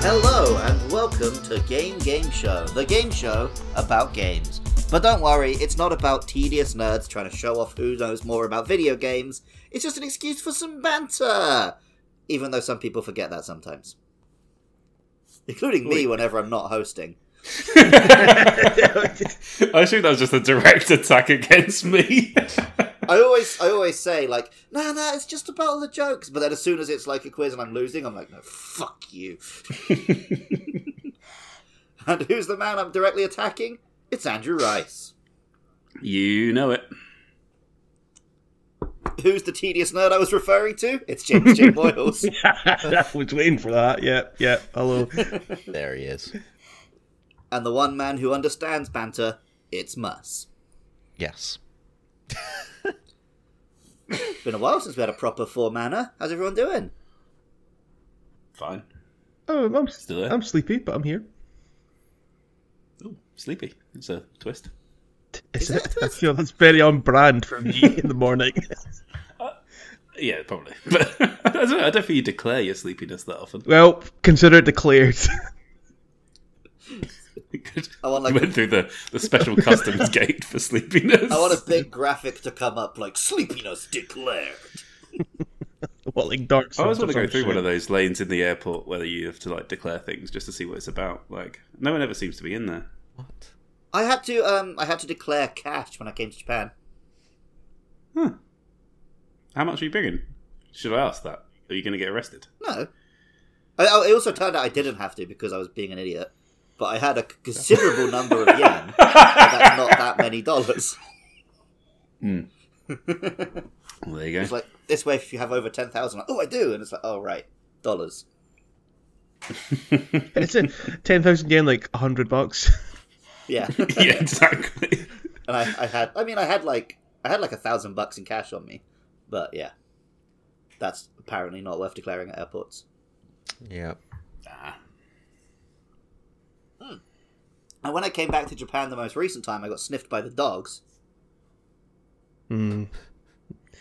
Hello and welcome to Game Game Show, the game show about games. But don't worry, it's not about tedious nerds trying to show off who knows more about video games. It's just an excuse for some banter, even though some people forget that sometimes, including me whenever I'm not hosting. I assume that was just a direct attack against me. I always, I always say like, no, nah, no, nah, it's just about all the jokes. But then as soon as it's like a quiz and I'm losing, I'm like, no, fuck you. and who's the man I'm directly attacking? It's Andrew Rice. you know it. Who's the tedious nerd I was referring to? It's James J. Boyles. I was waiting for that. Yep, yep. Hello. There he is. and the one man who understands banter, it's Mus. Yes. Been a while since we had a proper four manner. How's everyone doing? Fine. Oh, I'm, I'm, Still there. I'm sleepy, but I'm here. Ooh, sleepy. It's a twist. Is it? I feel that's very on brand for me in the morning. Yeah, probably. But I don't, know, I don't think you declare your sleepiness that often. well, consider it declared. I want I like went through the, the special customs gate for sleepiness. I want a big graphic to come up like sleepiness declared. what, like dark? I always want to go through one of those lanes in the airport where you have to like declare things just to see what it's about. Like no one ever seems to be in there. What? I had to um I had to declare cash when I came to Japan. Huh. How much are you bringing? Should I ask that? Are you going to get arrested? No. I, I, it also turned out I didn't have to because I was being an idiot. But I had a considerable number of yen. but That's not that many dollars. Well, there you It's go. like this way, if you have over ten thousand, like, oh, I do, and it's like, oh, right, dollars. It's in ten thousand yen, like hundred bucks. Yeah, and yeah, exactly. I, I had, I mean, I had like, I had like a thousand bucks in cash on me, but yeah, that's apparently not worth declaring at airports. Yeah. And when I came back to Japan the most recent time, I got sniffed by the dogs. Hmm.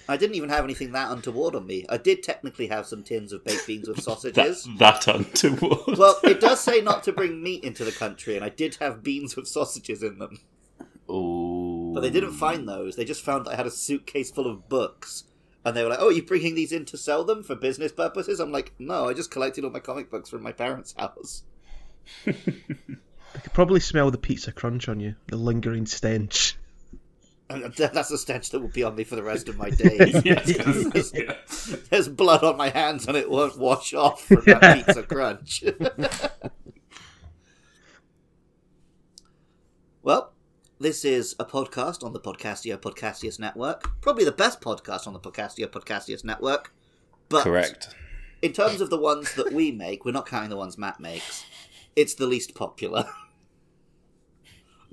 I didn't even have anything that untoward on me. I did technically have some tins of baked beans with That, sausages. that untoward. well, it does say not to bring meat into the country, and I did have beans with sausages in them. Ooh. But they didn't find those. They just found that I had a suitcase full of books. And they were like, oh, are you bringing these in to sell them for business purposes? I'm like, no, I just collected all my comic books from my parents' house. I could probably smell the pizza crunch on you, the lingering stench. And th- that's a stench that will be on me for the rest of my days. Yeah, I was gonna say, yeah. There's blood on my hands and it won't wash off from that pizza crunch. well, this is a podcast on the Podcastio Podcastius Network. Probably the best podcast on the Podcastio Podcastius Network. But Correct. in terms of the ones that we make, we're not counting the ones Matt makes. It's the least popular.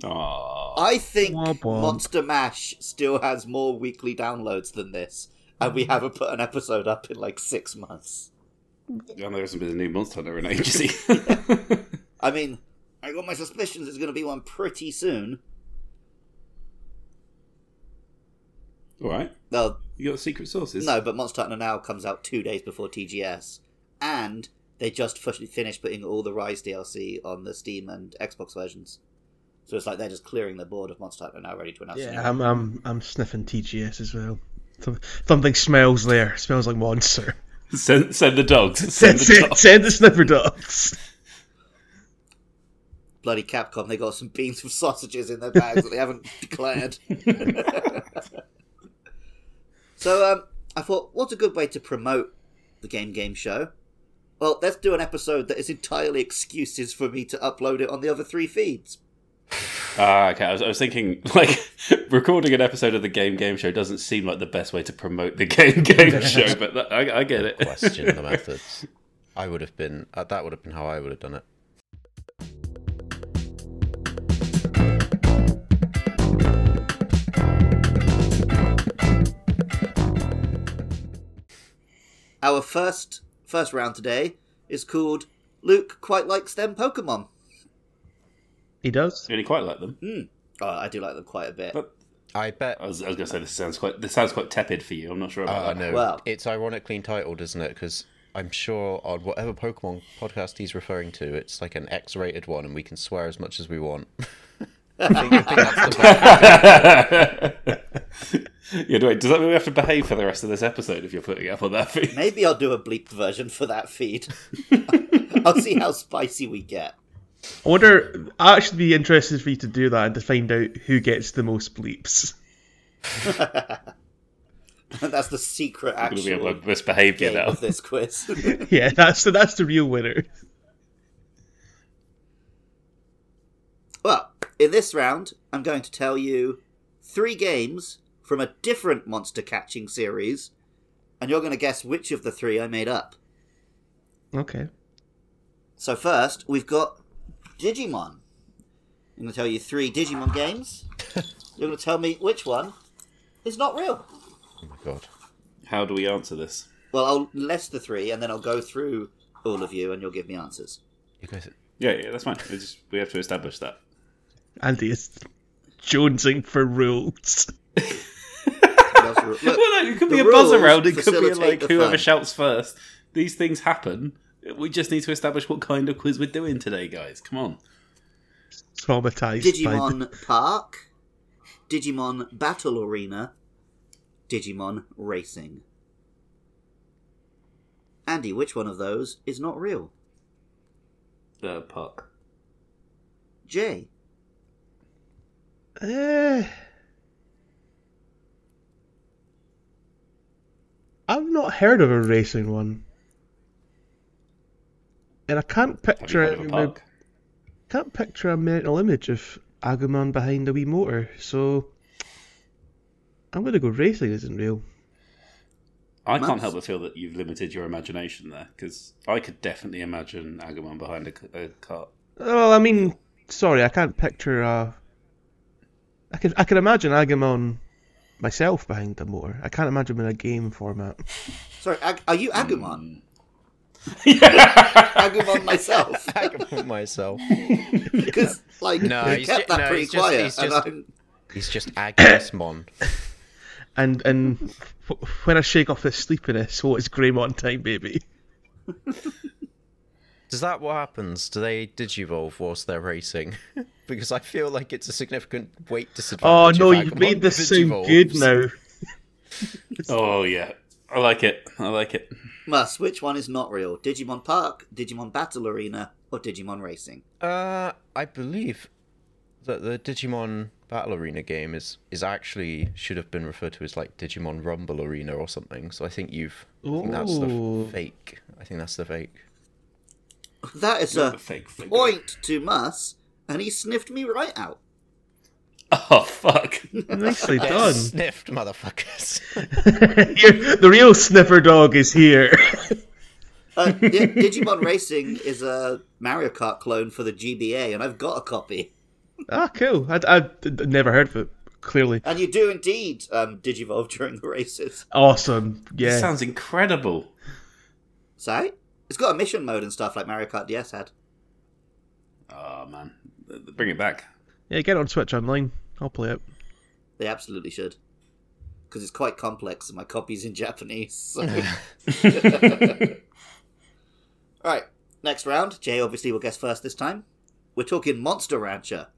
Aww. I think Womp womp. Monster Mash still has more weekly downloads than this, and we haven't put an episode up in like six months. And there hasn't been a new Monster Hunter in ages I mean, I got my suspicions there's going to be one pretty soon. Alright. No, You got secret sources? no, but Monster Hunter Now comes out two days before TGS, and they just fu- finished putting all the Rise DLC on the Steam and Xbox versions. So it's like they're just clearing the board of Monster Hunter Now, ready to announce. it. Yeah, I'm, I'm, I'm sniffing TGS as well. Some- Something smells there. Smells like monster. Send, send the dogs. Send Send, the dogs. send the sniffer dogs. bloody Capcom, they got some beans with sausages in their bags that they haven't declared. so um, I thought, what a good way to promote the Game Game Show. Well, let's do an episode that is entirely excuses for me to upload it on the other three feeds. Ah, okay. I was, I was thinking, like, recording an episode of the Game Game Show doesn't seem like the best way to promote the Game Game Show, but that, I, I get it. Question the methods. I would have been. Uh, that would have been how I would have done it. Our first first round today is called Luke quite likes them Pokemon. He does. really quite like them. Oh, I do like them quite a bit. But I bet. uh, I was, I was going to say this sounds quite this sounds quite tepid for you. I'm not sure about Uh, that. no. Oh, Well- It's ironically entitled, isn't it? Because I'm sure on whatever Pokemon podcast he's referring to, it's like an X-rated one, and we can swear as much as we want. Oh I think- I think that's the best. yeah, wait, does that mean we have to behave for the rest of this episode if you're putting it up on that feed? Maybe I'll do a bleeped version for that feed. I'll see how spicy we get. I wonder. I'd actually be interested for you to do that and to find out who gets the most bleeps. That's the secret I'm going to be actual on my best behaviour game now. of this quiz. Yeah, that's the, that's the real winner. well, in this round, I'm going to tell you three games from a different monster catching series, and you're going to guess which of the three I made up. Okay. So first, we've got Digimon. I'm going to tell you three Digimon games. You're going to tell me which one is not real. Oh my god. How do we answer this? Well, I'll list the three, and then I'll go through all of you, and you'll give me answers. You guys, Yeah, yeah, that's fine. We just we have to establish that. Andy is jonesing for rules. Those are- Look, Well, no, it could be the a buzz rules around. It could be facilitate like the whoever fun. shouts first. These things happen. We just need to establish what kind of quiz we're doing today, guys. Come on. Traumatized. By Digimon Park, Digimon Battle Arena, Digimon Racing. Andy, which one of those is not real? The park. Jay, the... uh, I've not heard of a racing one, and I can't Have picture you heard it. of a in my- park? can't picture a mental image of Agumon behind a wee motor, so I'm gonna go racing isn't real. I can't Maps? help but feel that you've limited your imagination there, because I could definitely imagine Agumon behind a, c- a cart. Well, I mean, sorry, I can't picture. Uh, I can I can imagine Agumon myself behind the motor. I can't imagine him in a game format. sorry, Ag- are you Agumon? Mm. Hmm. Agumon myself, I can put myself. because like No, you he's kept ju- that no, pretty he's just- quiet, he's and just- I'm- He's just Agnesmon. And and wh- when I shake off this sleepiness, oh, it's Greymon time, baby. Does that what happens? Do they digivolve whilst they're racing? because I feel like it's a significant weight Oh disadvantage. no, if you've made Agumon this sound good digivolves. now. oh yeah, I like it. I like it. Mus, which one is not real? Digimon Park, Digimon Battle Arena, or Digimon Racing? Uh, I believe that the Digimon Battle Arena game is is actually should have been referred to as like Digimon Rumble Arena or something. So I think you've. I think that's the Ooh. f- fake. I think that's the fake. That is Not a the fake figure. point to Mus, and he sniffed me right out. Oh fuck! Nicely Get done. Sniffed, motherfuckers. You're- the real sniffer dog is here. Uh, Di- Digimon Racing is a Mario Kart clone for the GBA, and I've got a copy. Ah, cool. I'd, I'd, I'd never heard of it. Clearly, And you do indeed um, digivolve during the races. awesome. This Yeah. sounds incredible. So it's got a mission mode and stuff like Mario Kart DS had. Oh man, bring it back. Yeah, get it on Switch online. I'll play it. They absolutely should, because it's quite complex, and my copy's in Japanese. So. All right, next round. Jay obviously will guess first this time. We're talking Monster Rancher.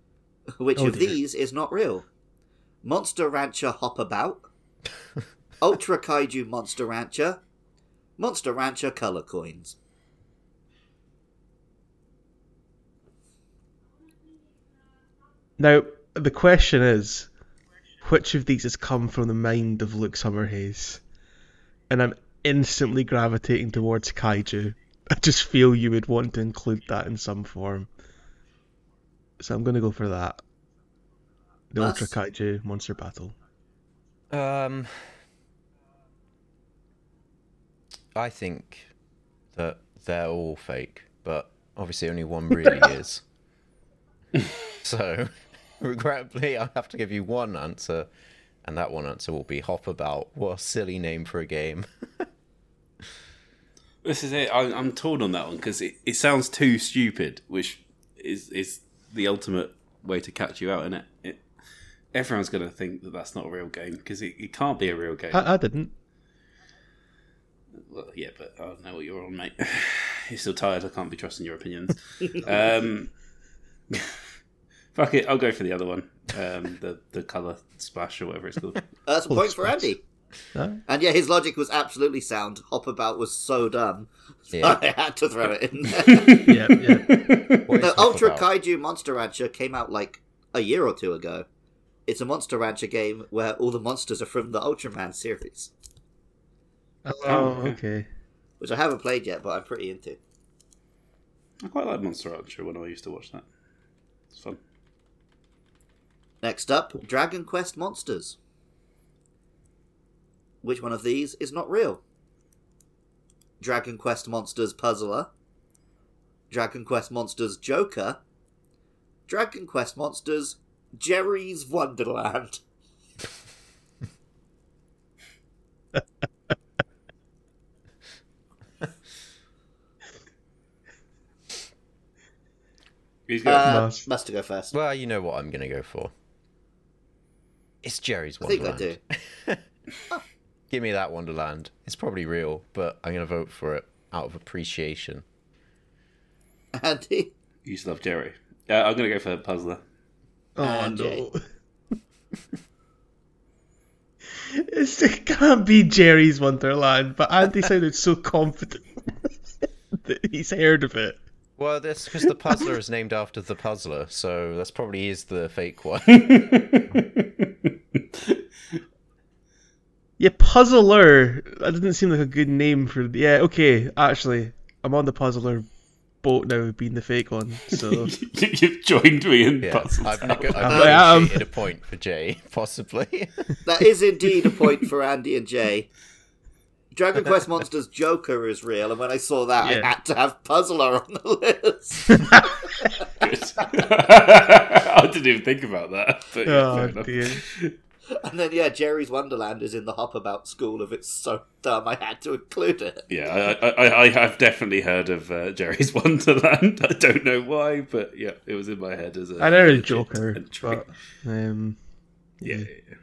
Which Oh, of dear. these is not real? Monster Rancher Hop About, Ultra Kaiju Monster Rancher, Monster Rancher Color Coins. Now, the question is, which of these has come from the mind of Luke Summerhaze? And I'm instantly gravitating towards kaiju. I just feel you would want to include that in some form. So I'm going to go for that. The That's- Ultra Kaiju Monster Battle. Um, I think that they're all fake, but obviously only one really is. So, regrettably, I have to give you one answer, and that one answer will be Hop About. What a silly name for a game. This is it. I, I'm torn on that one because it, it sounds too stupid, which is is the ultimate way to catch you out in it. it everyone's going to think that that's not a real game because it, it can't be a real game. I, I didn't. Well, yeah, but I don't know what you're on, mate. You're still tired. I can't be trusting your opinions. um, fuck it. I'll go for the other one. Um, the the color splash or whatever it's called. Uh, that's a Full of point for spots. Andy. No? And yeah, his logic was absolutely sound. Hopabout was so dumb. Yeah. I had to throw it in there. Yeah, yeah. What is the Hop Ultra about? Kaiju Monster Rancher came out like a year or two ago. It's a Monster Rancher game where all the monsters are from the Ultraman series, Oh, okay. which I haven't played yet, but I'm pretty into. I quite like Monster Rancher when I used to watch that. It's fun. Next up, Dragon Quest Monsters. Which one of these is not real? Dragon Quest Monsters Puzzler, Dragon Quest Monsters Joker, Dragon Quest Monsters Jerry's Wonderland. He's good. Uh, Must. must go first. Well, you know what I'm going to go for. It's Jerry's I think I Wonderland. do. Give me that Wonderland. It's probably real, but I'm going to vote for it out of appreciation. Andy. you used to love Jerry. Uh, I'm gonna go for Puzzler. Ah, Oh, Jay. no. It's, it can't be Jerry's Wonderland, but Andy sounded so confident that he's heard of it. Well, that's because the puzzler is named after the puzzler, so that's probably is the fake one. Yeah, Puzzler. That didn't seem like a good name for. Yeah, okay. Actually, I'm on the Puzzler boat now, being the fake one. So You- You've joined me in Yeah, puzzles. I've, now. neg- I I've am. negotiated a point for Jay, possibly. That is indeed a point for Andy and Jay. Dragon Quest Monsters Joker is real, and when I saw that, I Yeah. had to have Puzzler on the list. I didn't even think about that. But yeah, fair oh enough. dear. and then, yeah, Jerry's Wonderland is in the Hopabout school of it's so dumb I had to include it. Yeah, I, I, I, I have definitely heard of uh, Jerry's Wonderland. I don't know why, but yeah, it was in my head as a. I know the legit Joker, entry. but um, yeah, yeah, yeah.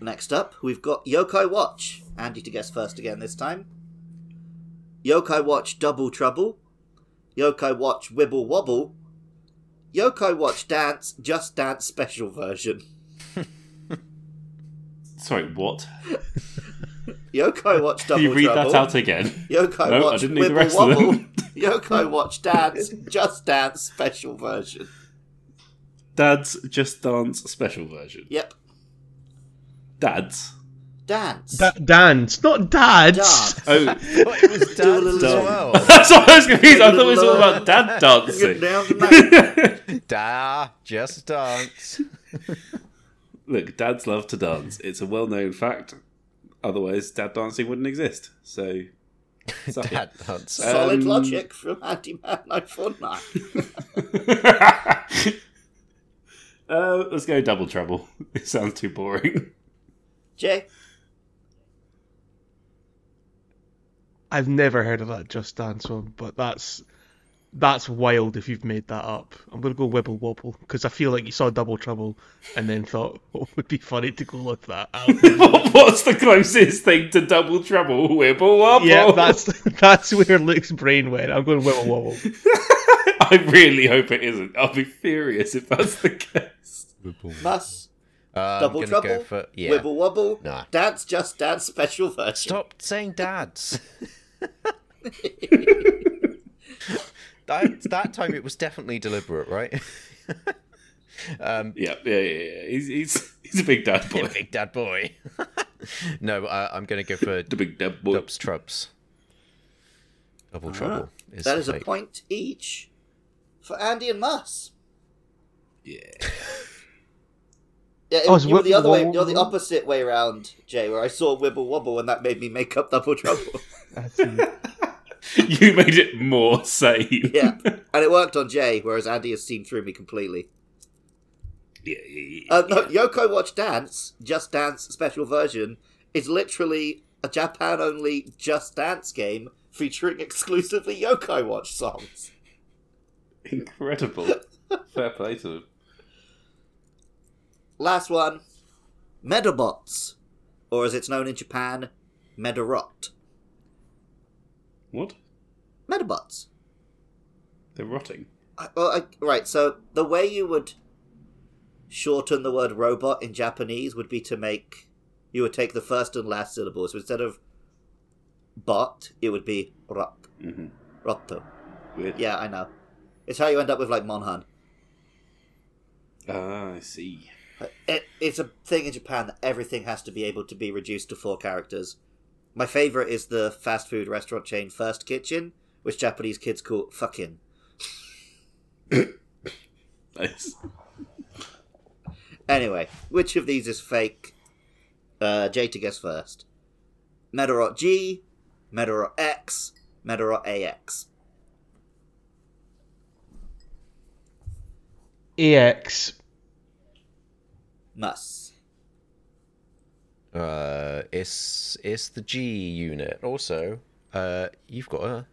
Next up, we've got Yokai Watch. Andy to guess first again this time. Yokai Watch Double Trouble. Yokai Watch Wibble Wobble. Yokai Watch Dance Just Dance Special Version. Sorry, what? Yokai Watch Double Can you read Trouble. that out again? Yokai No, I Watch didn't need the Wibble rest of Wobble. them. Yokai Watch Dance Just Dance Special Version. Dad's Just Dance Special Version. Yep. Dad's. Dance. da- dance, not dads. Dance. Oh, But it was dance as Dance. well. that's what I was confused. I thought it was all about dad Get dancing. down tonight. Da, just dance. Look, dads love to dance. It's a well-known fact. Otherwise, dad dancing wouldn't exist. So, suck it. Dad dance. Solid Um, logic from Andy Man 949. uh, let's go double trouble. It sounds too boring. Jay, I've never heard of that Just Dance one, but that's that's wild if you've made that up. I'm gonna go Wibble Wobble because I feel like you saw Double Trouble and then thought what would be funny to go with that. What- What's the closest thing to double trouble? Wibble wobble. yeah, that's that's where Luke's brain went. I'm going Wibble Wobble. I really hope it isn't. I'll be furious if that's the case. Mus, Uh, Double I'm gonna Trouble, go for yeah. Wibble Wobble, Nah. Dance Just Dance Special Version. Stop saying dads. that, that time it was definitely deliberate, right? Yeah, yeah, yeah. yeah. He's he's he's a big dad boy. Big dad boy. no, uh, I'm going to go for The big dad boy. dubs trubs. Double trouble. Ah, That is a like- point each for Andy and Mus. Yeah. Yeah, Oh, it's you were the Wibble other way, Wobble. you're the opposite way around, Jay, where I saw Wibble Wobble and that made me make up Double Trouble. You made it more sane. yeah, and it worked on Jay, whereas Andy has seen through me completely. Yeah, yeah, yeah. Uh, no, Yoko Watch Dance, Just Dance Special Version, is literally a Japan only Just Dance game featuring exclusively Yoko Watch songs. Incredible. Fair play to him. Last one Metabots, or as it's known in Japan, Medarot. What? Metabots. They're rotting. I, well, I, right, so the way you would shorten the word robot in Japanese would be to make. You would take the first and last syllable. So instead of bot, it would be rot. hmm Rotto. Weird. Yeah, I know. It's how you end up with, like, Monhan. Ah, I see. Uh, It, it's a thing in Japan that everything has to be able to be reduced to four characters. My favorite is the fast food restaurant chain First Kitchen, which Japanese kids call fucking. Nice. Anyway, which of these is fake? Uh, Jay to guess first. Medarot G, Medarot X, Medarot AX. AX. Mus. Uh, it's it's the G unit. Also, uh, you've got a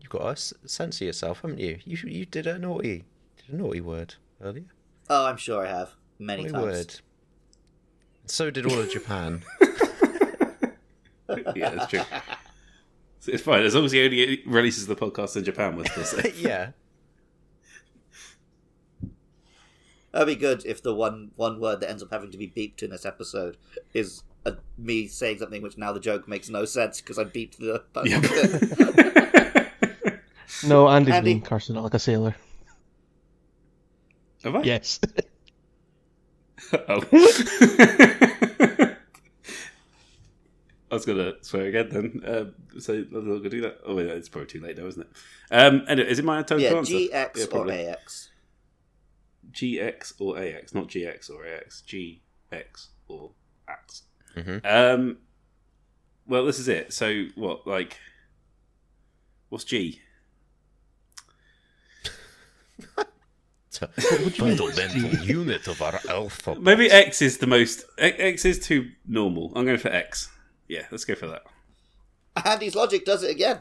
you've got us censor yourself, haven't you? You you did a naughty did a naughty word earlier. Oh, I'm sure I have. Many Naughty times. word. So did all of Japan. Yeah, that's true. So it's fine as long as he only releases the podcast in Japan. We're still safe. yeah. That'd be good if the one one word that ends up having to be beeped in this episode is uh me saying something which now the joke makes no sense because I beeped the. Yep. No, Andy's Andy. being cursing it like a sailor. Have I? Yes. Oh. I was gonna swear again then. Um, so I'm not gonna do that. Oh wait, it's probably too late now, isn't it? Um, anyway, is it my turn yeah, to answer? GX Yeah, or probably. AX. GX or AX, not GX or AX, GX or AX. Mhm. Um, well, this is it. So what? Like, what's G? So, fundamental unit of our alphabet. Maybe X is the most. X- X is too normal. I'm going for X. Yeah, let's go for that. Andy's logic does it again.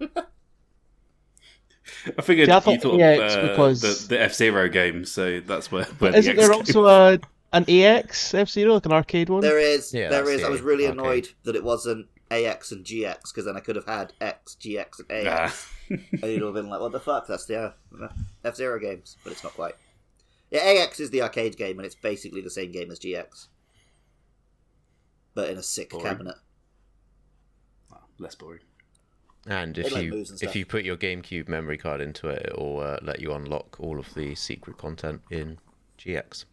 I figured See, I you thought thought AX of, uh, because- the, the F Zero game, so that's where. where the Isn't X there came- also a an AX F Zero, like an arcade one? There is, Yeah, there that's is. I the- was really okay. annoyed that it wasn't AX and GX because then I could have had X, GX, and AX. Ah. and you'd all been like, "What the fuck?" That's the uh, F Zero games, but it's not quite. Yeah, AX is the arcade game, and it's basically the same game as GX, but in a sick Boring. cabinet. Less boring. And if It, like, you moves and stuff. if you put your GameCube memory card into it, it will uh, let you unlock all of the secret content in GX.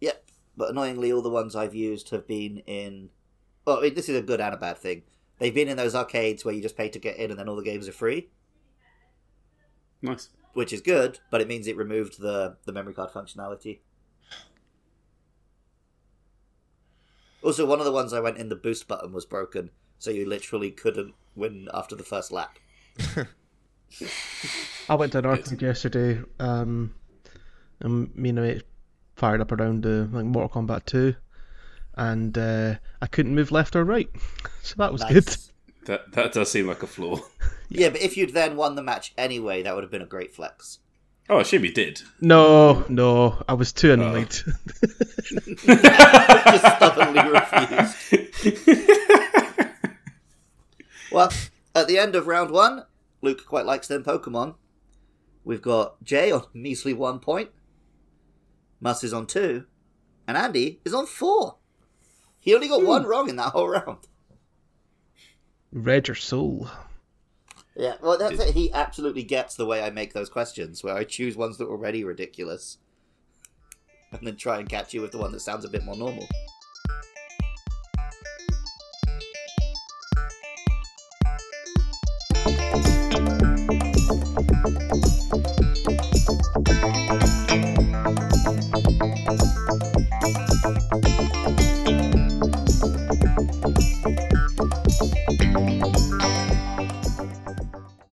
Yep, but annoyingly, all the ones I've used have been in. Well, I mean, this is a good and a bad thing. They've been in those arcades where you just pay to get in, and then all the games are free, Nice. which is good. But it means it removed the the memory card functionality. Also, one of the ones I went in, the boost button was broken, so you literally couldn't win after the first lap. I went to an arcade yesterday, um, and me and my mate fired up around uh, like Mortal Kombat 2, and uh, I couldn't move left or right, so that was good. Nice. That that does seem like a flaw. Yeah, but if you'd then won the match anyway, that would have been a great flex. Oh, I assume you did. No, no, I was too annoyed. Just stubbornly refused. Well, at the end of round one, Luke quite likes them Pokemon. We've got Jay on measly one point, Mus is on two, and Andy is on four. He only got one wrong in that whole round. Read your soul. Yeah, well, that's it. He absolutely gets the way I make those questions, where I choose ones that were already ridiculous, and then try and catch you with the one that sounds a bit more normal.